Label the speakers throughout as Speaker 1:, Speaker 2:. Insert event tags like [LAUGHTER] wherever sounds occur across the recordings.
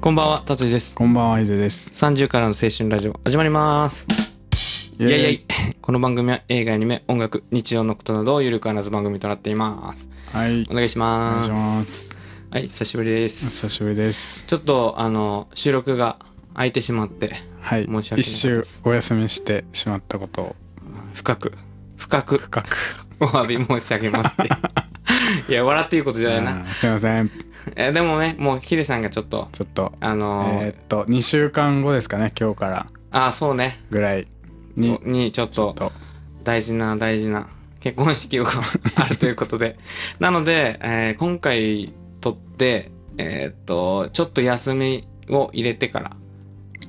Speaker 1: こんばんは、達治です。
Speaker 2: こんばんは、伊勢です。
Speaker 1: 30からの青春ラジオ、始まります。
Speaker 2: イ
Speaker 1: いやいやい。 [LAUGHS] この番組は映画、アニメ、音楽、日常のことなどをゆるく話す番組となっています。
Speaker 2: はい。
Speaker 1: お願いし
Speaker 2: お願
Speaker 1: ま
Speaker 2: い
Speaker 1: す。
Speaker 2: します。
Speaker 1: はい、久しぶりで
Speaker 2: お久
Speaker 1: す。
Speaker 2: しぶりです。
Speaker 1: ちょっと、あの、収録が空いてしまって、
Speaker 2: は
Speaker 1: 申
Speaker 2: い。
Speaker 1: し訳なかった
Speaker 2: 一周
Speaker 1: です
Speaker 2: お休みしてしまったことを
Speaker 1: 深く、深く
Speaker 2: 深く。
Speaker 1: お詫び申し上げます
Speaker 2: [LAUGHS]
Speaker 1: って。いや、笑っていいことじゃないな。
Speaker 2: うんすいません。
Speaker 1: えでもね、もうヒデさんがちょっと、
Speaker 2: ちょっと、
Speaker 1: あの
Speaker 2: えーっと、2週間後ですかね、今日から
Speaker 1: あ、そうね、
Speaker 2: ぐらいに
Speaker 1: に、ちょっと、
Speaker 2: と、
Speaker 1: 大事な大事な結婚式が [LAUGHS] あるということでなので、えー今回撮ってえーっとちょっと休みを入れてから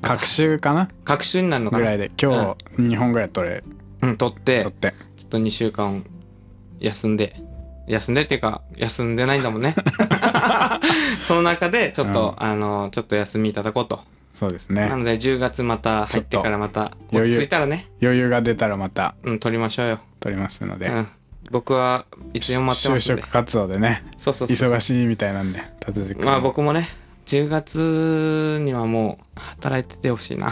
Speaker 2: 隔週かな
Speaker 1: 隔週になるのか
Speaker 2: ぐ
Speaker 1: な
Speaker 2: らいで、今日2本ぐらい取れ、
Speaker 1: うん、撮って
Speaker 2: 取って。
Speaker 1: ちょっと2週間休んで休んでっていうか休んでないんだもん
Speaker 2: [LAUGHS]
Speaker 1: ね [LAUGHS] その中でちょっと、あのちょっと休みいただこうと
Speaker 2: そうです
Speaker 1: な
Speaker 2: ね。
Speaker 1: ので10月また入ってからまた
Speaker 2: ちょっと
Speaker 1: 落ち着いたらね、
Speaker 2: 余裕が出たらまた
Speaker 1: うん、撮りましょうよ、
Speaker 2: 取りますの
Speaker 1: う
Speaker 2: で。
Speaker 1: ん、僕は一応待ってま
Speaker 2: 就
Speaker 1: すんで
Speaker 2: 職活動でね、
Speaker 1: そうそうそう
Speaker 2: 忙しいみたいなんで、達治君。
Speaker 1: まあ僕もね10月にはもう働いててほしい
Speaker 2: [LAUGHS]
Speaker 1: な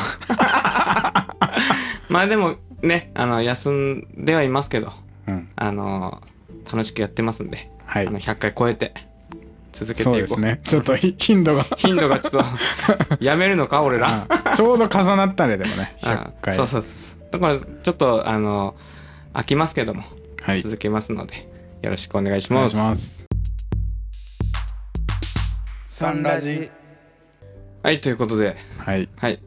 Speaker 1: まあでもねあの休んではいますけど
Speaker 2: うん。
Speaker 1: あの楽しくやってますんで、
Speaker 2: はい
Speaker 1: あ。の100回超えて続けていこ
Speaker 2: そううですね。ちょっと [LAUGHS] 頻度が。
Speaker 1: 頻度がちょっと
Speaker 2: [LAUGHS]
Speaker 1: やめるのか俺ら
Speaker 2: うんちょうど重なったねでもね
Speaker 1: [LAUGHS] あ
Speaker 2: 100回
Speaker 1: そうそうそうそうだからちょっとあの飽きますけども、
Speaker 2: はい
Speaker 1: 続けますのでよろしくお願いし
Speaker 2: お願
Speaker 1: ま
Speaker 2: い
Speaker 1: す
Speaker 2: します
Speaker 3: サンラジ
Speaker 1: はいということで
Speaker 2: はい
Speaker 1: はい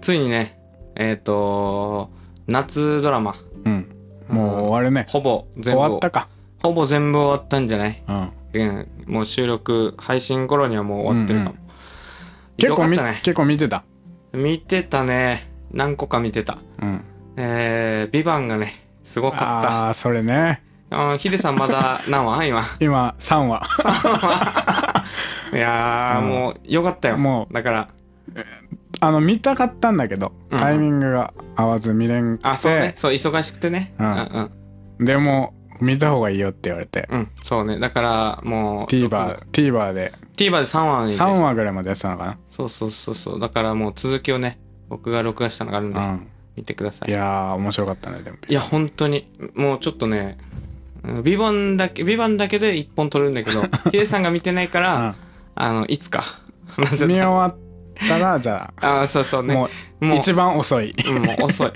Speaker 1: ついにねえっ、と夏ドラマ
Speaker 2: うんもう終わるね
Speaker 1: ほぼ全
Speaker 2: 終
Speaker 1: 部
Speaker 2: わったか
Speaker 1: ほぼ全部終わったんじゃない、
Speaker 2: うん
Speaker 1: うん、もう収録配信頃にはもう終わってるかも、
Speaker 2: うん結構
Speaker 1: 見
Speaker 2: み
Speaker 1: たね
Speaker 2: 結構見てた
Speaker 1: 見てたね何個か見てた
Speaker 2: うん
Speaker 1: えー「ビバンがねすごか
Speaker 2: ああーそれね
Speaker 1: ったあのヒデさんま
Speaker 2: [LAUGHS]
Speaker 1: だ何話今
Speaker 2: 今3話
Speaker 1: いやー、
Speaker 2: うん
Speaker 1: もうよかったよ
Speaker 2: もう
Speaker 1: だから
Speaker 2: [LAUGHS] あの見たかったんだけど
Speaker 1: うん
Speaker 2: タイミングが合わず見れんくて
Speaker 1: あそうねそう忙しくてね
Speaker 2: うん
Speaker 1: うんうん
Speaker 2: でも見た方がいいよって言われて
Speaker 1: うんそうねだからもう
Speaker 2: TVer TVer で
Speaker 1: TVer で3話に
Speaker 2: 3話ぐらいまでやってたのか
Speaker 1: そうそうそうそうだからもう続きをね僕が録画したのがあるんで、
Speaker 2: なうん
Speaker 1: 見てください
Speaker 2: いやー面白かったねでも
Speaker 1: いや、本当に、もうちょっとね、うんビバンだけ、ビバンだけで一本撮るんだ
Speaker 2: [LAUGHS]
Speaker 1: けど、ヒデさんが見てないから、あの、いつか話
Speaker 2: うん
Speaker 1: せ
Speaker 2: 見終
Speaker 1: たら。
Speaker 2: わったらじゃ
Speaker 1: あーそうそう
Speaker 2: あ
Speaker 1: ね。
Speaker 2: も
Speaker 1: もう、
Speaker 2: う一番遅い
Speaker 1: うんもう
Speaker 2: [LAUGHS]
Speaker 1: 遅い。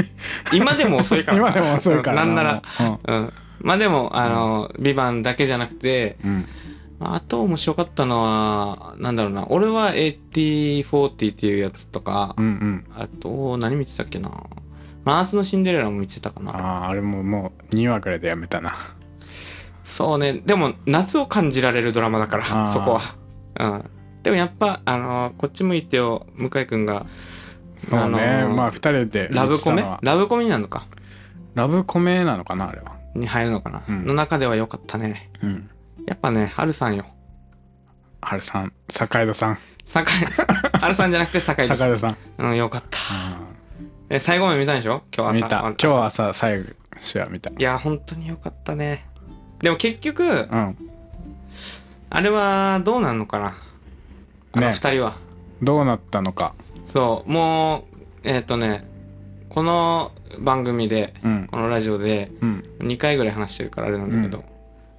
Speaker 1: 今でも遅いから。
Speaker 2: 今でも遅いから
Speaker 1: うんなんな
Speaker 2: も
Speaker 1: ら、うん。まあでも、あの、ビバンだけじゃなくて、
Speaker 2: ううんうん
Speaker 1: あと面白かったのは、なんだろうな、俺は8040っていうやつとか
Speaker 2: う、んうん
Speaker 1: あと、何見てたっけな。真夏のシンデレラも見てたかな。
Speaker 2: あああれももう2話くらいでやめたな
Speaker 1: そうね、でも夏を感じられるドラマだか
Speaker 2: あ
Speaker 1: ら、
Speaker 2: ー
Speaker 1: そこは。うん、でもやっぱ、あのーこっち向いてよ、向井君が、
Speaker 2: そうね、
Speaker 1: あのー
Speaker 2: まあ2人で
Speaker 1: ラブコ
Speaker 2: 見
Speaker 1: メ
Speaker 2: てたのは
Speaker 1: ラブコメになるのか
Speaker 2: ラブコメなのかなあれは
Speaker 1: に入るのかな、
Speaker 2: うん
Speaker 1: の中では良かったね。
Speaker 2: うん
Speaker 1: やっぱね、春さんよ。
Speaker 2: 春さん坂井戸さん [LAUGHS]
Speaker 1: 酒井春さんじゃなくて酒井
Speaker 2: 坂
Speaker 1: さ
Speaker 2: 井
Speaker 1: ん。
Speaker 2: 戸さん、
Speaker 1: うん、よかった。
Speaker 2: う
Speaker 1: え、最後まで見たんでしょ今
Speaker 2: ん、
Speaker 1: 日
Speaker 2: 見
Speaker 1: 朝。
Speaker 2: た今日はさ最初は見た
Speaker 1: いや、本当によかったね。でも結局、
Speaker 2: うん
Speaker 1: あれはどうなんのかなあの
Speaker 2: ね
Speaker 1: 二人は。
Speaker 2: どうなったのか
Speaker 1: そう、もう、えっ、とね、この番組で、
Speaker 2: うん
Speaker 1: このラジオで
Speaker 2: うん
Speaker 1: 2回ぐらい話してるからあれなんだけど、
Speaker 2: うん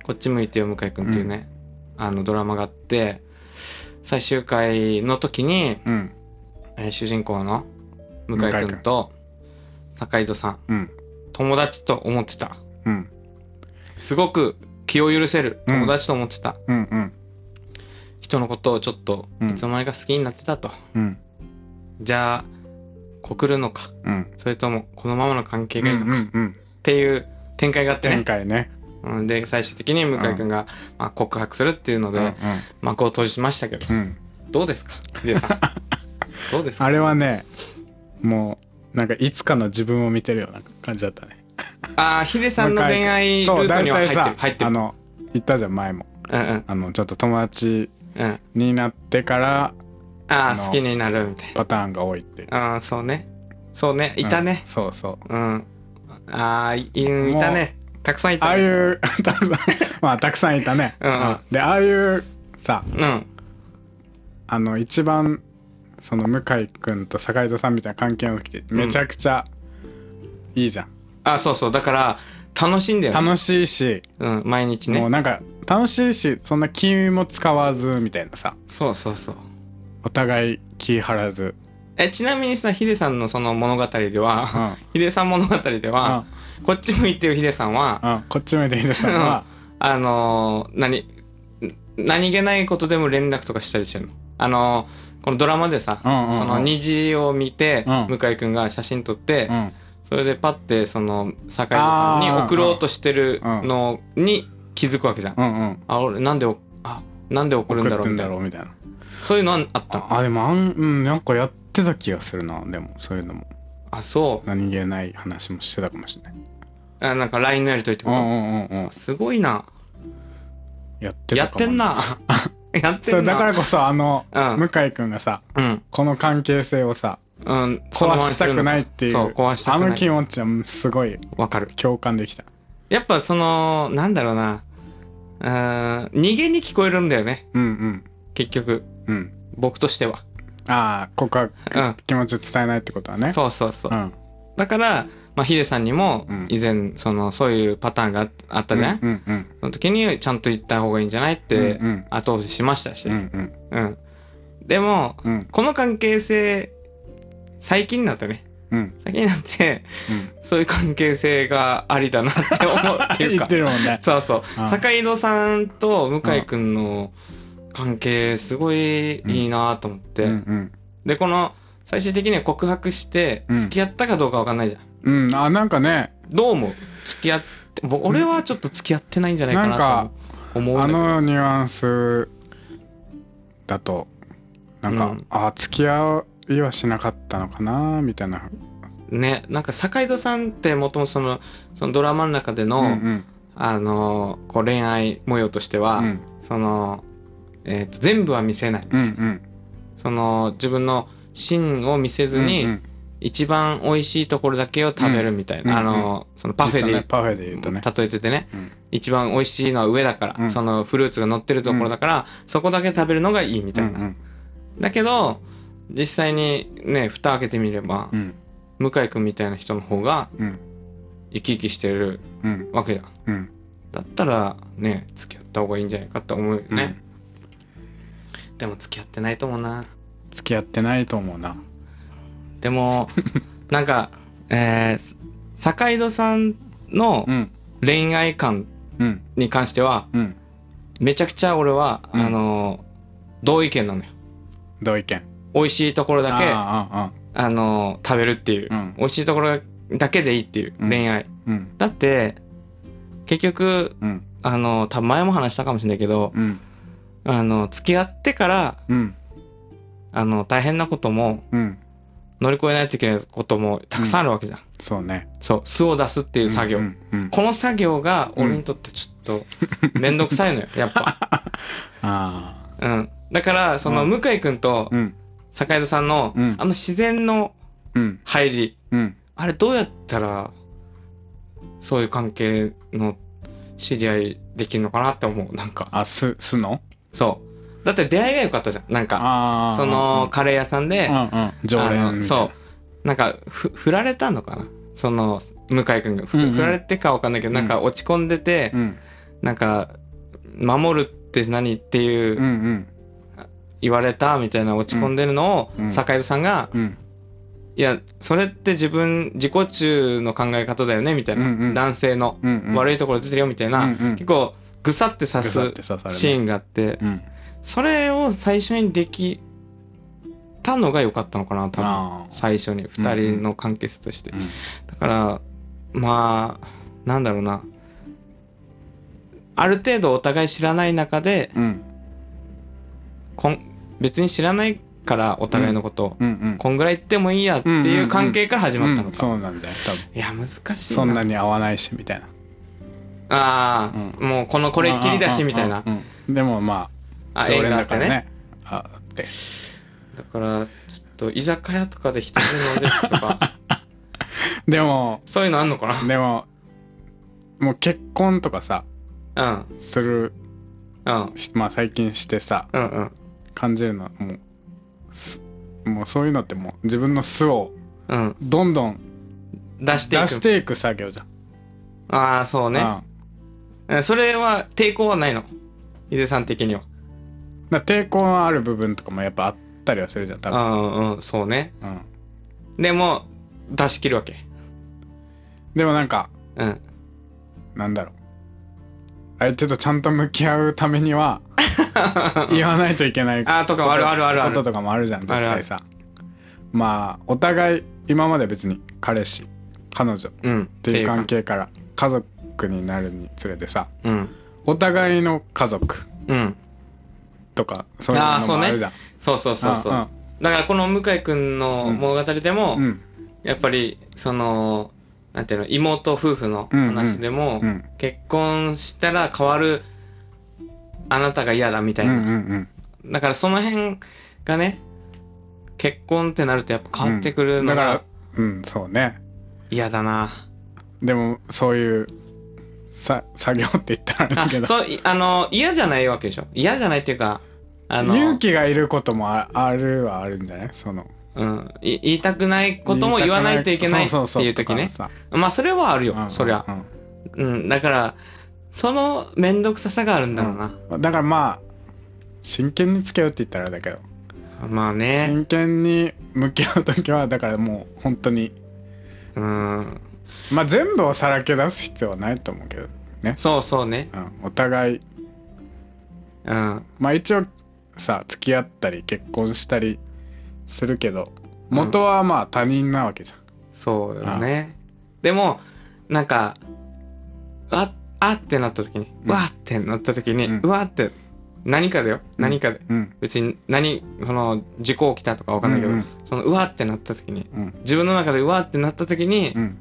Speaker 1: こっち向いてよ向井くんっていうね、あのドラマがあって最終回の時に、
Speaker 2: うん
Speaker 1: えー主人公の向井くんと坂井戸さん
Speaker 2: うん
Speaker 1: 友達と思ってた
Speaker 2: うん
Speaker 1: すごく気を許せる
Speaker 2: うん
Speaker 1: 友達と思ってた、
Speaker 2: うんうん
Speaker 1: 人のことをちょっと
Speaker 2: うん
Speaker 1: いつの間にか好きになってたと、
Speaker 2: うん
Speaker 1: じゃあ告るのか
Speaker 2: うん
Speaker 1: それともこのままの関係
Speaker 2: うんう
Speaker 1: がいいのか、っ
Speaker 2: んうん
Speaker 1: ていう展開があって
Speaker 2: 前
Speaker 1: ね、
Speaker 2: 回ね
Speaker 1: うん、で最終的に向井くんが、まあ、告白するっていうの
Speaker 2: う
Speaker 1: で、
Speaker 2: ん
Speaker 1: 幕を閉じましたけど、
Speaker 2: うんうん
Speaker 1: どうですか、ヒデさ
Speaker 2: [LAUGHS]
Speaker 1: ん。どうですか
Speaker 2: あれはねもうなんかいつかの自分を見てるような感じだったね
Speaker 1: ああ、ヒデさんの恋愛ル
Speaker 2: そう
Speaker 1: ート
Speaker 2: 大
Speaker 1: には入
Speaker 2: 体
Speaker 1: ってる
Speaker 2: さ、
Speaker 1: 入って
Speaker 2: あ
Speaker 1: る。
Speaker 2: の言ったじゃん前も
Speaker 1: うんうん
Speaker 2: あのちょっと友達
Speaker 1: うん。
Speaker 2: になってから
Speaker 1: あ
Speaker 2: あ
Speaker 1: あ、
Speaker 2: の
Speaker 1: 好きになるみたい
Speaker 2: パターンが多いって
Speaker 1: な。ああー、そうね。そうね、いたね
Speaker 2: うん。そうそう
Speaker 1: うん。ああ、いいいたね。たくさんい
Speaker 2: あ
Speaker 1: た
Speaker 2: あ
Speaker 1: ね。
Speaker 2: いう [LAUGHS] たくさんまあたくさんいたね、
Speaker 1: うんうん
Speaker 2: でああいうさ
Speaker 1: うん。
Speaker 2: あの一番その向井君と坂井戸さんみたいな関係の時ってめちゃくちゃいいじゃん、
Speaker 1: あ、そうそう。だから、楽しいんだよ、ね。
Speaker 2: 楽しいし、
Speaker 1: うん、毎日
Speaker 2: もう
Speaker 1: ね。
Speaker 2: なんか楽しいしそんな気も使わずみたいなさ
Speaker 1: そうそうそう。
Speaker 2: お互い気張らず、
Speaker 1: え、ちなみにさ、ヒデさんのその物語で
Speaker 2: う
Speaker 1: は、
Speaker 2: ん
Speaker 1: ヒデさん物語では、こっち向いてるヒデさんは、
Speaker 2: うんうん、こっち向いてヒデさんは
Speaker 1: あのー何、何気ないことでも連絡とかしたりしてるの。あのーこのドラマでさ、
Speaker 2: うんうんうん
Speaker 1: その虹を見て、
Speaker 2: うん
Speaker 1: 向井くんが写真撮って、
Speaker 2: うん
Speaker 1: それでパッてその坂井戸さんに
Speaker 2: あー
Speaker 1: 送ろうとしてるのに気づくわけじゃん。
Speaker 2: うんうん
Speaker 1: あ俺なんでおあなんで怒るんだろうみたいな
Speaker 2: 送ってんだろうみたいな
Speaker 1: そういうのあったの
Speaker 2: ああでもあん、うん、なんかやってた気がするなでもそういうのも
Speaker 1: あそう
Speaker 2: 何気ない話もしてたかもしれない
Speaker 1: あなんか LINE のやりとりって
Speaker 2: う
Speaker 1: こと
Speaker 2: ん
Speaker 1: か、
Speaker 2: うんうんうん
Speaker 1: すごいな
Speaker 2: やってたか
Speaker 1: やっ
Speaker 2: も
Speaker 1: てん
Speaker 2: [LAUGHS]
Speaker 1: なやってん
Speaker 2: そ
Speaker 1: な
Speaker 2: うだからこそあの、
Speaker 1: うん
Speaker 2: 向井君がさ
Speaker 1: うん
Speaker 2: この関係性をさ
Speaker 1: うん
Speaker 2: 壊したくないっていう
Speaker 1: そう壊した
Speaker 2: あ
Speaker 1: く
Speaker 2: の
Speaker 1: な
Speaker 2: 気
Speaker 1: い
Speaker 2: 持ちはすごい
Speaker 1: わかる
Speaker 2: 共感できた
Speaker 1: やっぱそのなんだろうなうーん逃げに聞こえるんだよね
Speaker 2: うん
Speaker 1: 結局
Speaker 2: うんうん
Speaker 1: 僕としては、
Speaker 2: ああ告白
Speaker 1: うん
Speaker 2: 気持ちを伝えないってことはね
Speaker 1: そうそうそう、
Speaker 2: ん
Speaker 1: だから、まあ、ヒデさんにも
Speaker 2: うん
Speaker 1: 以前そのそういうパターンがああったじゃん、
Speaker 2: うんうんうん
Speaker 1: その時にちゃんと言った方がいいんじゃないって
Speaker 2: うんうん
Speaker 1: 後押ししましたし、
Speaker 2: うんうん
Speaker 1: うん。でも、
Speaker 2: うん
Speaker 1: この関係性、最近になってね、
Speaker 2: うん
Speaker 1: 最近になって、そういう関係性がありだなって思うっていう
Speaker 2: 言
Speaker 1: か
Speaker 2: [LAUGHS] っ、てるもんね
Speaker 1: [LAUGHS] そうそう、
Speaker 2: うん
Speaker 1: 坂井戸さんと向井くんの関係、すごいいいなと思って、
Speaker 2: うん
Speaker 1: で、この、最終的には告白して、
Speaker 2: うん
Speaker 1: 付き合ったかどうかわかんないじゃん。
Speaker 2: うんうんあなんかね
Speaker 1: どう思う付き合って、僕俺はちょっと付き合ってないんじゃないか
Speaker 2: なん
Speaker 1: な
Speaker 2: か
Speaker 1: と思うんだ
Speaker 2: あ
Speaker 1: けど。
Speaker 2: のニュアンスだとなんか、
Speaker 1: うん
Speaker 2: あ付き合いはしなかったのかなみたいな
Speaker 1: ね、なんか坂井戸さんってもともとそのそのドラマの中での、
Speaker 2: うんうん
Speaker 1: あのこう恋愛模様としては、
Speaker 2: うん
Speaker 1: その、えーと全部は見せない、
Speaker 2: うんうん
Speaker 1: その自分の芯を見せずに、
Speaker 2: うん
Speaker 1: 一番美味しいところだけを食べるみたいな、
Speaker 2: うんうん
Speaker 1: あのそのパフェ
Speaker 2: 実
Speaker 1: で、
Speaker 2: 際ねパフェで言うとね
Speaker 1: 例えててね、
Speaker 2: うん
Speaker 1: 一番美味しいのは上だから、
Speaker 2: うん
Speaker 1: そのフルーツが乗ってるところだから、そこだけ食べるのがいいみたいな、
Speaker 2: うんうん
Speaker 1: だけど実際にね蓋開けてみれば
Speaker 2: う、ん
Speaker 1: 向井君みたいな人の方が
Speaker 2: うん
Speaker 1: 生き生きしてる
Speaker 2: うん
Speaker 1: わけじゃん
Speaker 2: うん
Speaker 1: だったらね付き合った方がいいんじゃないかって思うよね、でも付き合ってないと思うな
Speaker 2: 付き合ってないと思うな
Speaker 1: でもなんかえー、坂井戸さんの
Speaker 2: うん
Speaker 1: 恋愛観
Speaker 2: うん
Speaker 1: に関しては
Speaker 2: うん
Speaker 1: めちゃくちゃ俺は、
Speaker 2: うん
Speaker 1: あの同意見なのよ
Speaker 2: 同意見
Speaker 1: 美味しいところだけあ
Speaker 2: ああああ
Speaker 1: の食べるっていう、
Speaker 2: うん
Speaker 1: 美味しいところだけでいいっていう
Speaker 2: うん
Speaker 1: 恋愛、
Speaker 2: うん
Speaker 1: だって結局
Speaker 2: うん
Speaker 1: あの多分前も話したかもしれないけど
Speaker 2: うん
Speaker 1: あの付き合ってから
Speaker 2: うん
Speaker 1: あの大変なことも
Speaker 2: うん
Speaker 1: 乗り越えないといけないこともたくさんあるわけじゃん、
Speaker 2: そうね
Speaker 1: そう素を出すっていう作業、
Speaker 2: うんうんうん
Speaker 1: この作業が俺にとってちょっと面倒くさい
Speaker 2: [LAUGHS]
Speaker 1: のよやっぱ、
Speaker 2: ああ
Speaker 1: うん、だからその
Speaker 2: うん
Speaker 1: 向井君と
Speaker 2: うん
Speaker 1: 坂井戸さんの、
Speaker 2: うん
Speaker 1: あの自然の
Speaker 2: うん
Speaker 1: 入り
Speaker 2: うん
Speaker 1: あれどうやったらそういう関係の知り合いできるのかなって思うなんか
Speaker 2: あすすの
Speaker 1: そうだって出会いが良かったじゃんなんか
Speaker 2: ああ
Speaker 1: そのカレー屋さんで、
Speaker 2: うんうん常
Speaker 1: あの
Speaker 2: 連
Speaker 1: そうなんかふ振られたのかなその向井君がふ
Speaker 2: うんうん
Speaker 1: 振られてかわかんないけど、なんか落ち込んでて、
Speaker 2: うん
Speaker 1: なんか守るって何っていう、
Speaker 2: うんうん
Speaker 1: 言われたみたいな落ち込んでるのを、
Speaker 2: うんうん
Speaker 1: 坂井戸さんが、
Speaker 2: うん
Speaker 1: いやそれって自分自己中の考え方だよねみたいな、
Speaker 2: うんうん
Speaker 1: 男性の
Speaker 2: うんうん
Speaker 1: 悪
Speaker 2: い
Speaker 1: いところ出てるよみたいな、
Speaker 2: うんうん
Speaker 1: 結構ぐさって刺す
Speaker 2: 刺される
Speaker 1: シーンがあって
Speaker 2: うん
Speaker 1: それを最初にできたのが良かったのかな多分
Speaker 2: あ
Speaker 1: 最初に2人の関係性として。
Speaker 2: あうん
Speaker 1: だからまあなんだろうなある程度お互い知らない中で
Speaker 2: うん
Speaker 1: こん別に知らないからお互いのこと、
Speaker 2: うんうん
Speaker 1: こんぐらい行ってもいいやって
Speaker 2: うんうん
Speaker 1: いううん関係から始まったの
Speaker 2: うん
Speaker 1: か、
Speaker 2: そうなんだよ多分
Speaker 1: いや難しいな
Speaker 2: そんなに合わないしみたいな
Speaker 1: ああ、
Speaker 2: う
Speaker 1: もうこのこれっきりだしみたいな
Speaker 2: うんうんうんでもまあ
Speaker 1: あ
Speaker 2: 常
Speaker 1: 縁
Speaker 2: 連
Speaker 1: があ
Speaker 2: だ
Speaker 1: っ
Speaker 2: か
Speaker 1: てね
Speaker 2: らねあって
Speaker 1: だからちょっと居酒屋とかで一人で飲んでると
Speaker 2: [LAUGHS]
Speaker 1: か
Speaker 2: でも
Speaker 1: そういうのあんのか
Speaker 2: でももう結婚とかさ
Speaker 1: なうん
Speaker 2: する
Speaker 1: うん
Speaker 2: しまあ最近してさ
Speaker 1: うんうん
Speaker 2: 感じるのはもうすもうそういうのってもう自分の素を
Speaker 1: うん。
Speaker 2: どんどん
Speaker 1: 出していく。
Speaker 2: 出していく作業じゃん。
Speaker 1: ああ、そうね。
Speaker 2: ああ
Speaker 1: えそれは抵抗はないの。井出さん的には。
Speaker 2: だから抵抗のある部分とかもやっぱあったりはするじゃん多
Speaker 1: う
Speaker 2: 分、
Speaker 1: んうん、そうね。
Speaker 2: うん、
Speaker 1: でも、出し切るわけ。
Speaker 2: でもなんか
Speaker 1: うん。
Speaker 2: なんだろう相手とちゃんと向き合うため
Speaker 1: [LAUGHS]
Speaker 2: には言わないといけない
Speaker 1: あーとかあるあるあるある
Speaker 2: こととかもあるじゃん絶
Speaker 1: あるある
Speaker 2: 対さまあお互い今まで別に彼氏彼女っ
Speaker 1: うん。って
Speaker 2: いう関
Speaker 1: 係。
Speaker 2: 係から家族になるにつれてさ
Speaker 1: うん。
Speaker 2: お互いの家族
Speaker 1: うん。
Speaker 2: とかそういうの
Speaker 1: あーそう
Speaker 2: も
Speaker 1: ね
Speaker 2: あるじゃん
Speaker 1: そうそうそうそう。
Speaker 2: あ
Speaker 1: だからこの向井くんの物語でも、
Speaker 2: うんうん
Speaker 1: やっぱりそのなんていうの妹夫婦の話でも、
Speaker 2: うん
Speaker 1: 結婚したら変わるあなたが嫌だみた
Speaker 2: う
Speaker 1: い
Speaker 2: んう
Speaker 1: な、
Speaker 2: ん
Speaker 1: だからその辺がね結婚ってなるとやっぱ変わってくる
Speaker 2: だ
Speaker 1: の
Speaker 2: から
Speaker 1: が
Speaker 2: うんそうね
Speaker 1: 嫌だ
Speaker 2: [LAUGHS]
Speaker 1: な、
Speaker 2: でもそういうさ作業って言ったらあれだけど
Speaker 1: あそういあの嫌じゃないわけでしょ嫌じゃないっていうかあの
Speaker 2: 勇気がいることもああるはあるんじゃないその
Speaker 1: うん、い言いたくないことも言わないといけないっていう時ね
Speaker 2: そうそうそう
Speaker 1: まあそれはある
Speaker 2: と
Speaker 1: よ、
Speaker 2: かさ
Speaker 1: そりゃ、
Speaker 2: うん
Speaker 1: うん、だからその面倒くささがあるんだろうな、
Speaker 2: うんだからまあ真剣につけようって言ったらあれだけど、
Speaker 1: まあね
Speaker 2: 真剣に向き合う時はだからもう本当に
Speaker 1: うん
Speaker 2: まあ全部をさらけ出す必要はないと思うけどね、
Speaker 1: そうそうね
Speaker 2: うん、お互い
Speaker 1: うん
Speaker 2: まあ一応さ付き合ったり結婚したりするけど元はまあ他人なわけじゃん、
Speaker 1: そうよねでもなんかああってなった時に、
Speaker 2: うん
Speaker 1: わーってなった時に、
Speaker 2: うん
Speaker 1: うわーって何かだよ何かで、
Speaker 2: うん
Speaker 1: 別に何この事故起きたとかわかんないけど、
Speaker 2: うんうん
Speaker 1: そのうわーってなった時に
Speaker 2: うん
Speaker 1: 自分の中でうわーってなった時に、
Speaker 2: うん、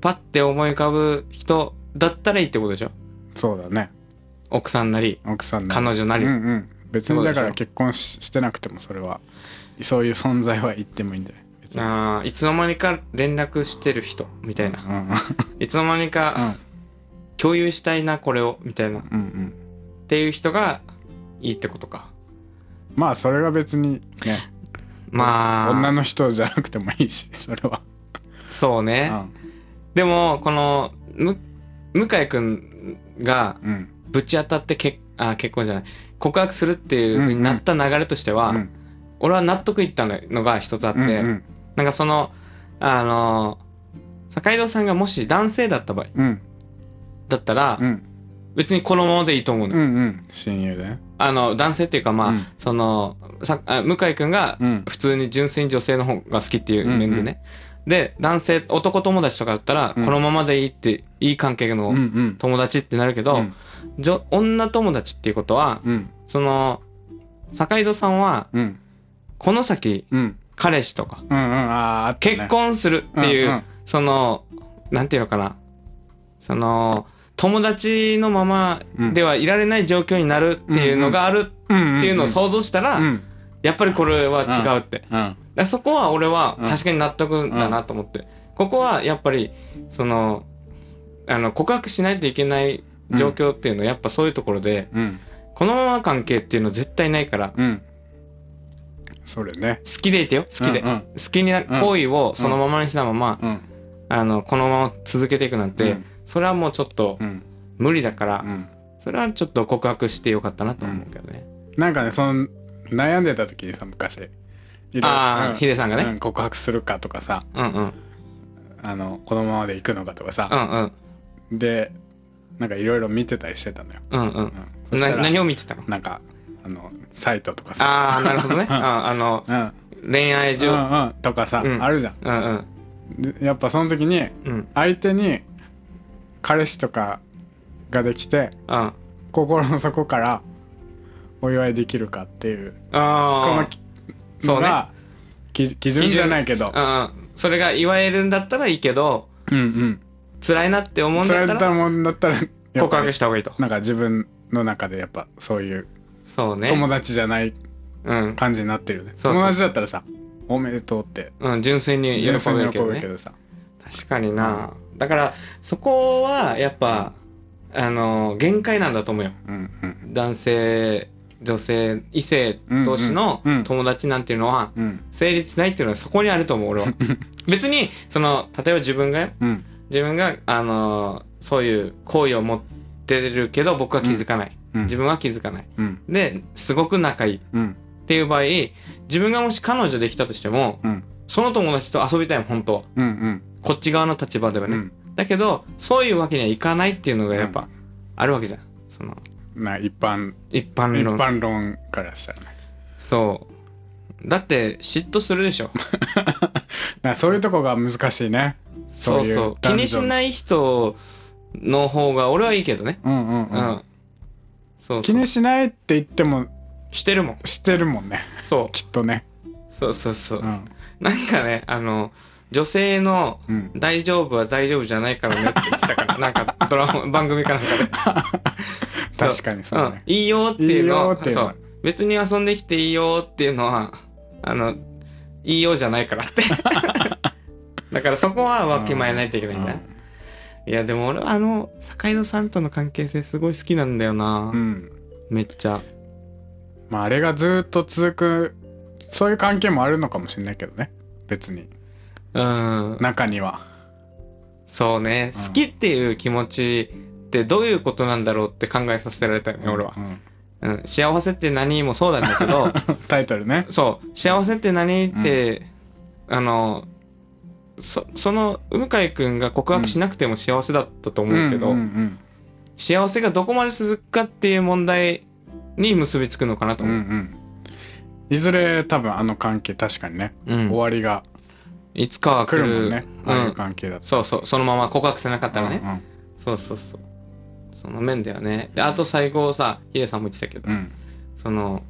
Speaker 1: パッて思い浮かぶ人だったらいいってことでしょ
Speaker 2: そうだね
Speaker 1: 奥さんなり
Speaker 2: 奥さんの
Speaker 1: 彼女なり、
Speaker 2: うんうん別にだか
Speaker 1: そうでし
Speaker 2: ら
Speaker 1: ょ
Speaker 2: 結婚ししてなくてもそれはそういう存在は言ってもいいんじゃない別に
Speaker 1: あーいつの間にか連絡してる人みたいな、
Speaker 2: うん
Speaker 1: いつの間にか、共有したいなこれをみたいなっ
Speaker 2: うんうんうん
Speaker 1: ていう人がいいってことか
Speaker 2: まあそれが別にね
Speaker 1: まあ
Speaker 2: 女の人じゃなくてもいいしそれは
Speaker 1: そう
Speaker 2: う
Speaker 1: ね、
Speaker 2: ん
Speaker 1: でもこのむ向井君が
Speaker 2: うん
Speaker 1: ぶち当たってけあ結婚じゃない告白するっていう風になった流れとしては、
Speaker 2: うん
Speaker 1: 俺は納得いったのが一つあって、
Speaker 2: うんうん
Speaker 1: なんかそのあの坂井戸さんがもし男性だった場合
Speaker 2: うん
Speaker 1: だったら、
Speaker 2: うん
Speaker 1: 別にこのままでいいと思うの、
Speaker 2: うんうん親友でね
Speaker 1: あの男性っていうかまあ、
Speaker 2: うん
Speaker 1: そのさあ向井君が
Speaker 2: うん
Speaker 1: 普通に純粋に女性の方が好きっていう面でね、で男性男友達とかだったら、
Speaker 2: うん
Speaker 1: このままでいいっていい関係
Speaker 2: うんう
Speaker 1: の
Speaker 2: ん
Speaker 1: 友達ってなるけど、
Speaker 2: うん
Speaker 1: じょ女友達っていうことは、
Speaker 2: うん
Speaker 1: その坂井戸さんは
Speaker 2: うん
Speaker 1: この先
Speaker 2: うんうん
Speaker 1: 彼氏とか
Speaker 2: うんあーあったね
Speaker 1: 結婚するっていう、
Speaker 2: んん
Speaker 1: そのなんていうのかなその友達のままではいられない状況になるっていうのがある
Speaker 2: うん
Speaker 1: っていうのを
Speaker 2: う
Speaker 1: 想像したら、
Speaker 2: んうん
Speaker 1: やっぱりこれは違うって、
Speaker 2: うん
Speaker 1: だからそこは俺は
Speaker 2: うん
Speaker 1: 確かに納得だなと思って、ここはやっぱりそのあの告白しないといけない状況っていうのはやっぱそういうところで、
Speaker 2: うん
Speaker 1: このまま関係っていうのは絶対ないから
Speaker 2: うんそれね
Speaker 1: 好きでいてよ好きで、
Speaker 2: うんうん
Speaker 1: 好きな行為をそのままにしたまま、
Speaker 2: うん
Speaker 1: あのこのまま続けていくなんて、
Speaker 2: うん
Speaker 1: それはもうちょっと
Speaker 2: うん
Speaker 1: 無理だから、
Speaker 2: うん
Speaker 1: それはちょっと告白してよかったなと思うけどね、
Speaker 2: なんかねその悩んでた時にさ昔いろいろ
Speaker 1: ああ、
Speaker 2: うん
Speaker 1: ヒデさんがね、
Speaker 2: うん告白するかとかさ
Speaker 1: うん、うんうん
Speaker 2: あのこのままで行くのかとか
Speaker 1: う
Speaker 2: さ、
Speaker 1: んうん
Speaker 2: でなんかいろいろ見てたりしてたのよ、
Speaker 1: うん
Speaker 2: うん、
Speaker 1: う
Speaker 2: そ
Speaker 1: ん
Speaker 2: した
Speaker 1: な
Speaker 2: ら
Speaker 1: 何を見てたの
Speaker 2: なんかあのサイトとかさ
Speaker 1: あ
Speaker 2: [LAUGHS]
Speaker 1: あなるほどねああの
Speaker 2: うんうん
Speaker 1: 恋愛上
Speaker 2: うんうんとかさ、
Speaker 1: うん
Speaker 2: あるじゃん
Speaker 1: うんうん
Speaker 2: でやっぱその時に
Speaker 1: うん
Speaker 2: 相手に彼氏とかができて
Speaker 1: あ
Speaker 2: 心の底からお祝いできるかっていうこの
Speaker 1: あ
Speaker 2: き
Speaker 1: そうね
Speaker 2: がき基準じゃないけど
Speaker 1: あそれが言われるんだったらいいけど
Speaker 2: うんうん
Speaker 1: 辛いなって思うん
Speaker 2: そ
Speaker 1: だ
Speaker 2: れ
Speaker 1: った
Speaker 2: だった
Speaker 1: ら
Speaker 2: もんだったらやっぱり
Speaker 1: 告白した方がいいと
Speaker 2: なんか自分の中でやっぱそういう
Speaker 1: そうね
Speaker 2: 友達じゃない
Speaker 1: うん、
Speaker 2: 感じになってるよね、
Speaker 1: そうそう
Speaker 2: 友達だったらさ「おめでとう」って
Speaker 1: うん、純粋に喜
Speaker 2: 純粋
Speaker 1: べる
Speaker 2: に
Speaker 1: け
Speaker 2: 喜
Speaker 1: ど
Speaker 2: ぶ
Speaker 1: ね
Speaker 2: けどさ
Speaker 1: 確かになだからそこはやっぱあの限界なんだと思うよ
Speaker 2: うん
Speaker 1: 男性女性異性同士の
Speaker 2: うんうんうん
Speaker 1: 友達なんていうのは
Speaker 2: うん
Speaker 1: 成立しないっていうのはそこにあると思う
Speaker 2: [LAUGHS]
Speaker 1: 俺は別にその例えば自分がよ
Speaker 2: うん
Speaker 1: 自分があのーそういう好意を持ってるけど僕は気づかない、
Speaker 2: うん
Speaker 1: 自分は気づかない
Speaker 2: うん
Speaker 1: ですごく仲いいっ
Speaker 2: うん
Speaker 1: ていう場合自分がもし彼女できたとしても
Speaker 2: うん
Speaker 1: その友達と遊びたいもん本当は
Speaker 2: うんうん
Speaker 1: こっち側の立場では
Speaker 2: う
Speaker 1: ね、
Speaker 2: ん
Speaker 1: だけどそういうわけにはいかないっていうのがやっぱあるわけじゃんその
Speaker 2: な一般
Speaker 1: 一般
Speaker 2: 一
Speaker 1: 論
Speaker 2: 般論からしたらね [LAUGHS]
Speaker 1: そうだって嫉妬するでしょ [LAUGHS]
Speaker 2: なそういうとこが難しいね
Speaker 1: そう
Speaker 2: そういう
Speaker 1: そう気
Speaker 2: 男女
Speaker 1: にしない人の方が俺はいいけどね
Speaker 2: うんうん
Speaker 1: うん、
Speaker 2: うん
Speaker 1: そうそう
Speaker 2: 気にしないって言っても
Speaker 1: してるもん
Speaker 2: してるもんね
Speaker 1: そう
Speaker 2: きっとね
Speaker 1: そうそうそう、
Speaker 2: うん
Speaker 1: なんかねあの女性の
Speaker 2: うん
Speaker 1: 大丈夫は大丈夫じゃないからねって言ってたからなんかド
Speaker 2: [LAUGHS]
Speaker 1: ラマ番組かなんかでそう
Speaker 2: 確かにそうだね
Speaker 1: ん、いいよっていうの
Speaker 2: いいよっていうの
Speaker 1: そう別に遊んできていいよっていうのはあのいいよじゃないからって
Speaker 2: [LAUGHS]
Speaker 1: だからそこはわきまえないといけないんだ、いやでも俺はあの坂井戸さんとの関係性すごい好きなんだよな、
Speaker 2: うんうん
Speaker 1: めっちゃ
Speaker 2: まああれがずっと続くそういう関係もあるのかもしれないけどね別に
Speaker 1: うん
Speaker 2: 中には
Speaker 1: そうね、
Speaker 2: うん
Speaker 1: 好きっていう気持ちってどういうことなんだろうって考えさせられたよね俺は、
Speaker 2: う
Speaker 1: うん、幸せって何もそうなんだけ
Speaker 2: [LAUGHS]
Speaker 1: ど
Speaker 2: ん [LAUGHS] タイトルね
Speaker 1: そう幸せって何って、あのそその向井君が告白しなくても幸せだったと思うけど、
Speaker 2: んうん
Speaker 1: 幸せがどこまで続くかっていう問題に結びつくのかなと
Speaker 2: うんうんう
Speaker 1: 思
Speaker 2: んう
Speaker 1: う、
Speaker 2: んいずれ多分あの関係確かにね、
Speaker 1: うん
Speaker 2: 終わりが
Speaker 1: いつかは来
Speaker 2: 来
Speaker 1: る
Speaker 2: るもんね、
Speaker 1: う、
Speaker 2: ああいうん関係だっ
Speaker 1: そうそうそのまま告白せなかった
Speaker 2: た
Speaker 1: らね、そうそうそうその面だよねであと最後さヒデさんも言ってたけど
Speaker 2: うん、うん
Speaker 1: その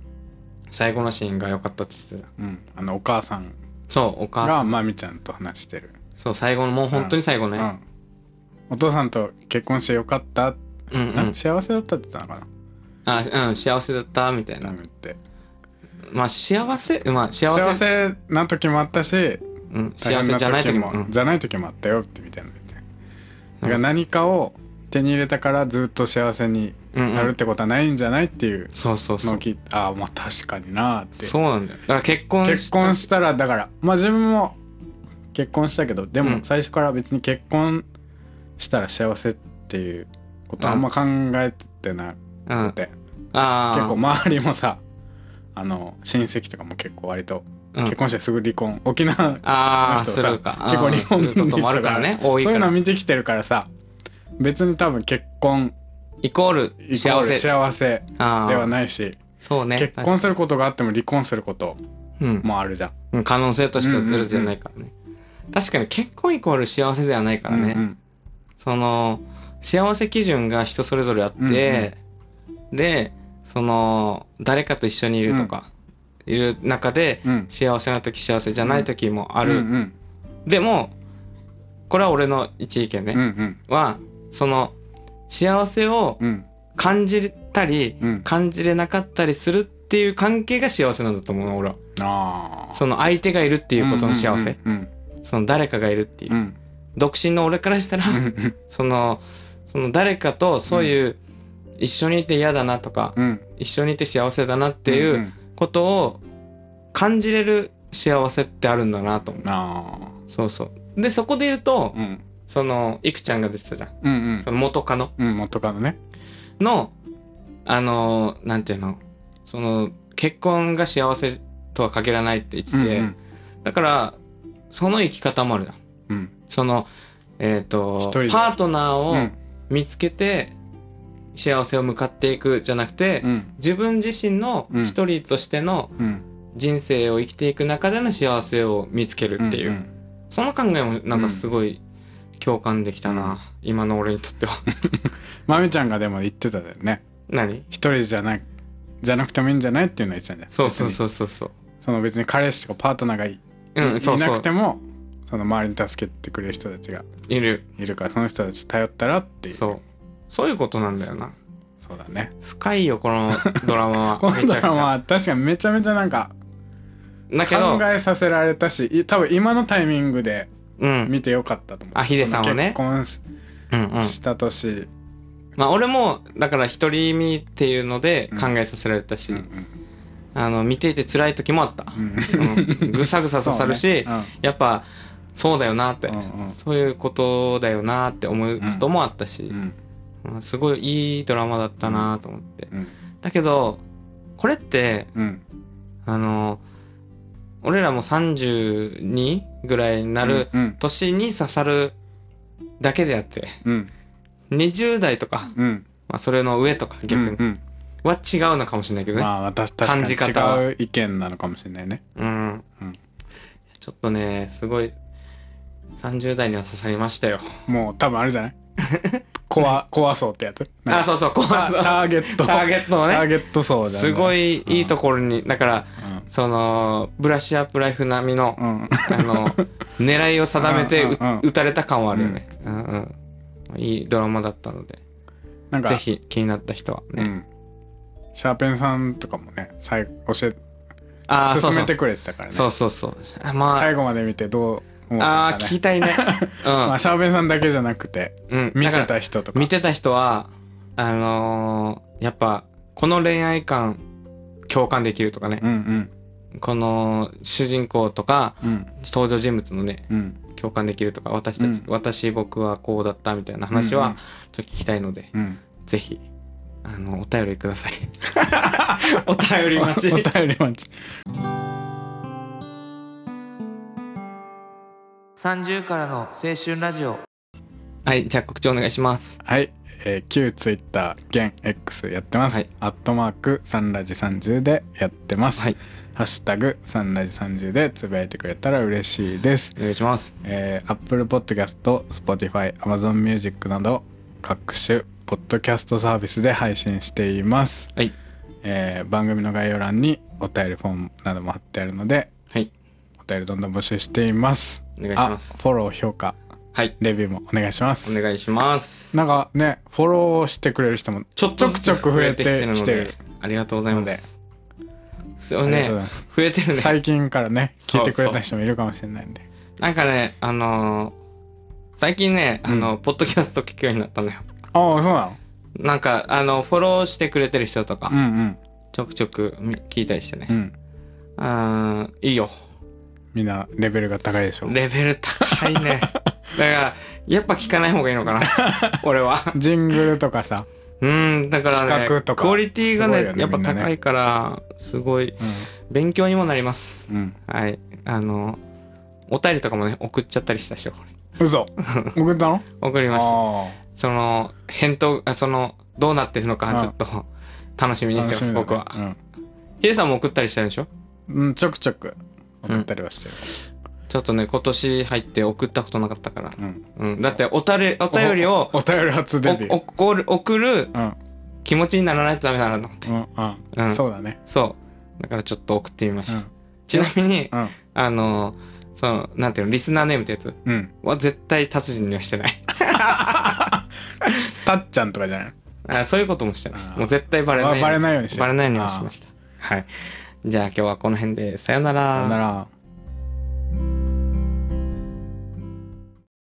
Speaker 1: 最後のシーンが良かったって言ってた
Speaker 2: うんあのお母さん
Speaker 1: そうお母さ
Speaker 2: が
Speaker 1: ん
Speaker 2: まみちゃんと話してる、
Speaker 1: そう最後のもう本当に最後
Speaker 2: う
Speaker 1: ね、
Speaker 2: ん、お父さんと結婚してよかった、
Speaker 1: うん、うん
Speaker 2: あ幸せだったって言ったのか
Speaker 1: あうん幸せだったみたい
Speaker 2: な、
Speaker 1: な
Speaker 2: ダメって
Speaker 1: まあ幸せまあ幸
Speaker 2: 幸
Speaker 1: せ
Speaker 2: せな時もあったし
Speaker 1: うん、幸せじゃない時も
Speaker 2: 大変な
Speaker 1: うん
Speaker 2: じゃない時もあったよってみたいなの言ってだから
Speaker 1: うん
Speaker 2: 何かを手に入れたからずっと幸せに
Speaker 1: うん
Speaker 2: な
Speaker 1: う
Speaker 2: るっ
Speaker 1: ん、
Speaker 2: てことはないんじゃないっていう
Speaker 1: そうそうそ
Speaker 2: のを
Speaker 1: う
Speaker 2: 聞いてああまあ確かになーって
Speaker 1: そうなんだよだから結婚し
Speaker 2: 結婚したらだからまあ自分も結婚したけどで
Speaker 1: う
Speaker 2: も
Speaker 1: ん
Speaker 2: 最初から別に結婚したら幸せっていうことはあんま考えてな
Speaker 1: うんあ
Speaker 2: くて、
Speaker 1: あ
Speaker 2: 結構周りもさあの親戚とかも結構割と
Speaker 1: うん
Speaker 2: 結婚してすぐ離婚、沖縄
Speaker 1: ああ
Speaker 2: の人
Speaker 1: す
Speaker 2: さ
Speaker 1: るか
Speaker 2: 結構
Speaker 1: うん
Speaker 2: 離婚
Speaker 1: することもあるからね多い
Speaker 2: そ
Speaker 1: か
Speaker 2: ういうの
Speaker 1: ら
Speaker 2: 見てきてるからさ別に多分結婚
Speaker 1: イコー
Speaker 2: イ
Speaker 1: ル
Speaker 2: コー
Speaker 1: 幸
Speaker 2: ル
Speaker 1: せ
Speaker 2: 幸せ
Speaker 1: ああ
Speaker 2: ではないし
Speaker 1: そうね
Speaker 2: 結婚することがあっても離婚すること
Speaker 1: 確かにうん
Speaker 2: もあるじゃん。
Speaker 1: うん可能性としてはずるじゃないからね、確かに結婚イコール幸せではないからね、
Speaker 2: うん
Speaker 1: その幸せ基準が人それぞれあって、でその誰かと一緒にいるとか、いる中で
Speaker 2: うんうん
Speaker 1: 幸せな時幸せじゃない時もある、
Speaker 2: うんうん
Speaker 1: でもこれは俺の一意見ね、
Speaker 2: うんうん
Speaker 1: はその幸せを
Speaker 2: うん
Speaker 1: 感じたり、
Speaker 2: うん
Speaker 1: 感じれなかったりするっていう関係が幸せなんだと思うの俺は
Speaker 2: ああ
Speaker 1: その相手がいるって
Speaker 2: て
Speaker 1: いうことの幸せ、
Speaker 2: うん
Speaker 1: その誰かがいるっていう
Speaker 2: うんうん
Speaker 1: 独身の俺からしたら、
Speaker 2: うんうん
Speaker 1: そのその誰かとそういう、一緒にいて嫌だなとか、
Speaker 2: うんうん
Speaker 1: 一緒にいて幸せだなってい
Speaker 2: ん
Speaker 1: うことを感じれる幸せってあるんだなと思う、
Speaker 2: あ
Speaker 1: そうそうでそこで言うと、
Speaker 2: あうん
Speaker 1: そのいくちゃんが出てたじゃん
Speaker 2: うんうん
Speaker 1: その元カノ
Speaker 2: うん元カノね
Speaker 1: のあのーなんていうのその結婚が幸せとは限らないって言ってて、
Speaker 2: うん
Speaker 1: だからその生き方もあるな
Speaker 2: うん
Speaker 1: そのえっ、と
Speaker 2: 一人で
Speaker 1: パートナー
Speaker 2: う
Speaker 1: を、
Speaker 2: んうん
Speaker 1: 見つけて幸せを向かっていくじゃなくて、
Speaker 2: うん
Speaker 1: 自分自身の
Speaker 2: うん
Speaker 1: 一人としての
Speaker 2: うん
Speaker 1: 人生を生きていく中での幸せを見つけるっていう、
Speaker 2: うん
Speaker 1: その考えもなんかすごい共感できたな、
Speaker 2: うん
Speaker 1: 今の俺にとって
Speaker 2: [LAUGHS]
Speaker 1: は
Speaker 2: まみちゃんがでも言ってたよね
Speaker 1: 何
Speaker 2: 一人じゃないじゃなくてもいいんじゃないっていうのは言ってたんじゃん
Speaker 1: そうそう
Speaker 2: う
Speaker 1: そうそうそう
Speaker 2: その別に彼氏とかパートナーがい,、
Speaker 1: うんそう
Speaker 2: いな
Speaker 1: そ
Speaker 2: く
Speaker 1: う
Speaker 2: てもその周りに助けてくれる人たちが
Speaker 1: いる
Speaker 2: いるからその人たち頼ったらっていう
Speaker 1: そうそういうことなんだよな
Speaker 2: そうだね
Speaker 1: 深いよこのドラマ
Speaker 2: [LAUGHS] こ
Speaker 1: は
Speaker 2: の
Speaker 1: めち
Speaker 2: ド
Speaker 1: ゃく
Speaker 2: ラ
Speaker 1: ち
Speaker 2: マ
Speaker 1: ゃ
Speaker 2: は確かにめちゃめちゃなんか
Speaker 1: だけど
Speaker 2: 考えさせられたしい多分今のタイミングで
Speaker 1: うん
Speaker 2: 見てよかったと思う、
Speaker 1: あヒデさんはね
Speaker 2: その結婚し
Speaker 1: うんうん
Speaker 2: した年
Speaker 1: まあ俺もだから独り身っていうので考えさせられたし、あの見ていて辛い時もあった、
Speaker 2: [LAUGHS]
Speaker 1: うんぐさぐさ刺さるし、やっぱそうだよなって、
Speaker 2: うんうん
Speaker 1: そういうことだよなって思うこともあったし、まあすごいいいドラマだったなと思って、だけどこれってあの俺らも32ぐらいになる年に刺さるだけであって20代とか、まあ、それの上とか逆には違うのかもしれないけどね、
Speaker 2: まあ私確かに
Speaker 1: 感じ方は
Speaker 2: 違う意見なのかもしれないね。
Speaker 1: うん、
Speaker 2: うん
Speaker 1: ちょっとねすごい30代には刺さりましたよ
Speaker 2: もう多分あれじゃない [LAUGHS] 怖怖そうってやつ。
Speaker 1: あ
Speaker 2: う。
Speaker 1: そうそうこう
Speaker 2: タ
Speaker 1: そう
Speaker 2: ーゲット。
Speaker 1: ターゲットを
Speaker 2: ター
Speaker 1: ね
Speaker 2: ゲット層じゃん
Speaker 1: すごいいいところにだから
Speaker 2: うん
Speaker 1: そのブラッシュアップライフ並みの
Speaker 2: うん
Speaker 1: あ
Speaker 2: [LAUGHS]
Speaker 1: の狙いを定めて
Speaker 2: うん
Speaker 1: う
Speaker 2: うんうん
Speaker 1: 打たれた感はあるよね、うんうんいいドラマだったので
Speaker 2: なんか
Speaker 1: ぜひ気になった人は
Speaker 2: う
Speaker 1: ね、
Speaker 2: んシャーペンさんとかもね最後教え
Speaker 1: ああそう
Speaker 2: 勧
Speaker 1: そ
Speaker 2: め
Speaker 1: う
Speaker 2: てくれてたからね
Speaker 1: そうそうそうあまあ
Speaker 2: 最後まで見てどう思った
Speaker 1: あ
Speaker 2: か
Speaker 1: ー聞
Speaker 2: ね
Speaker 1: きた
Speaker 2: [LAUGHS]
Speaker 1: いねうん、
Speaker 2: まあシャーペンさんだけじゃなくて
Speaker 1: うん、
Speaker 2: 見
Speaker 1: だか
Speaker 2: て
Speaker 1: ら
Speaker 2: た人とか
Speaker 1: 見てた人はあのーやっぱこの恋愛観共感できるとかね
Speaker 2: う、ん
Speaker 1: この主人公とか
Speaker 2: うんうん
Speaker 1: 登場人物のね
Speaker 2: うん
Speaker 1: 共感できるとか私たち、
Speaker 2: うん
Speaker 1: 私僕はこうだったみたいな話はちょっと聞きたいので、
Speaker 2: うん
Speaker 1: ぜひあのお便りくださいお便り待ち
Speaker 2: [LAUGHS] お便り待ち
Speaker 3: 30からの青春ラジオ
Speaker 1: [LAUGHS] はいじゃあ告知お願いします
Speaker 2: はい、えー、旧 Twitter 現 X やってます、
Speaker 1: はい
Speaker 2: アットマークサンラジ30でやってます、
Speaker 1: はい
Speaker 2: ハッシュタグサンラジ30でつぶやいてくれたら嬉しいです
Speaker 1: お願いします
Speaker 2: えー、Apple Podcast、Spotify、Amazon Music など各種ポッドキャストサービスで配信しています、
Speaker 1: はい
Speaker 2: えー番組の概要欄にお便りフォームなども貼ってあるので
Speaker 1: はい
Speaker 2: お便りどんどん募集しています
Speaker 1: お願いし
Speaker 2: あ
Speaker 1: ます
Speaker 2: フォロー評価
Speaker 1: はい
Speaker 2: レビューもお願いしま
Speaker 1: お
Speaker 2: す
Speaker 1: 願いします
Speaker 2: なんかねフォローしてくれる人も
Speaker 1: ちょっとずつ
Speaker 2: ちょくちょく増えてきてる
Speaker 1: のでありがとうございますそう
Speaker 2: ありが
Speaker 1: ね
Speaker 2: とうございます
Speaker 1: 増えて [LAUGHS] るね
Speaker 2: 最近からね聞いてく
Speaker 1: そ
Speaker 2: れ
Speaker 1: うそ
Speaker 2: た
Speaker 1: う
Speaker 2: 人もいるかもしれないんで
Speaker 1: なんかねあのー最近ねあの、ポッドキャスト聞くようになったのよ
Speaker 2: ああそうなの
Speaker 1: なんかあのフォローしてくれてる人とか、
Speaker 2: うん
Speaker 1: ちょくちょくみ聞いたりしてね
Speaker 2: うんう、ん
Speaker 1: あーいいよ
Speaker 2: みんなレベルが高いでしょ
Speaker 1: レベル高い
Speaker 2: [LAUGHS]
Speaker 1: ねだからやっぱ聞かない方がいいのかな俺は
Speaker 2: ジングルとかさ、
Speaker 1: うんだからね
Speaker 2: 企画とか
Speaker 1: クオリティが
Speaker 2: すご
Speaker 1: ね
Speaker 2: いよね
Speaker 1: やっぱ
Speaker 2: みんなね
Speaker 1: 高いからすごい勉強にもなります
Speaker 2: うんうん、
Speaker 1: はいあのお便りとかもね送っちゃったりしたし俺 [LAUGHS]
Speaker 2: 嘘送ったの
Speaker 1: 送りました
Speaker 2: あ
Speaker 1: その返答あそのどうなってるの
Speaker 2: う
Speaker 1: か
Speaker 2: ん
Speaker 1: ちょっと楽しみ
Speaker 2: ー
Speaker 1: にしてま
Speaker 2: 楽し
Speaker 1: す、
Speaker 2: みだね
Speaker 1: 僕は、ヒデさんも送ったりしたでしょ
Speaker 2: うん、うんちょくちょく送ったりはしてる、
Speaker 1: ちょっとね今年入って送ったことなかったから、
Speaker 2: うん
Speaker 1: うん、だっておたれお便りを
Speaker 2: おお便り初デビュ
Speaker 1: お
Speaker 2: ー
Speaker 1: 送る送る
Speaker 2: うん
Speaker 1: 気持ちにならないとダメだなの
Speaker 2: うんうん、
Speaker 1: うん
Speaker 2: そうだね
Speaker 1: そうだからちょっと送ってみました、
Speaker 2: う
Speaker 1: ちなみに、
Speaker 2: んうん
Speaker 1: あのそのなんていうのリスナーネームってやつ
Speaker 2: うん
Speaker 1: は絶対達人にはしてない [LAUGHS]
Speaker 2: たっちゃんとかじゃない
Speaker 1: あそういうこともしてな
Speaker 2: あー
Speaker 1: いもう絶対バレない
Speaker 2: あバレないようにして
Speaker 1: バレないようにしましたはいじゃあ今日はこの辺でさよなら
Speaker 2: さよなら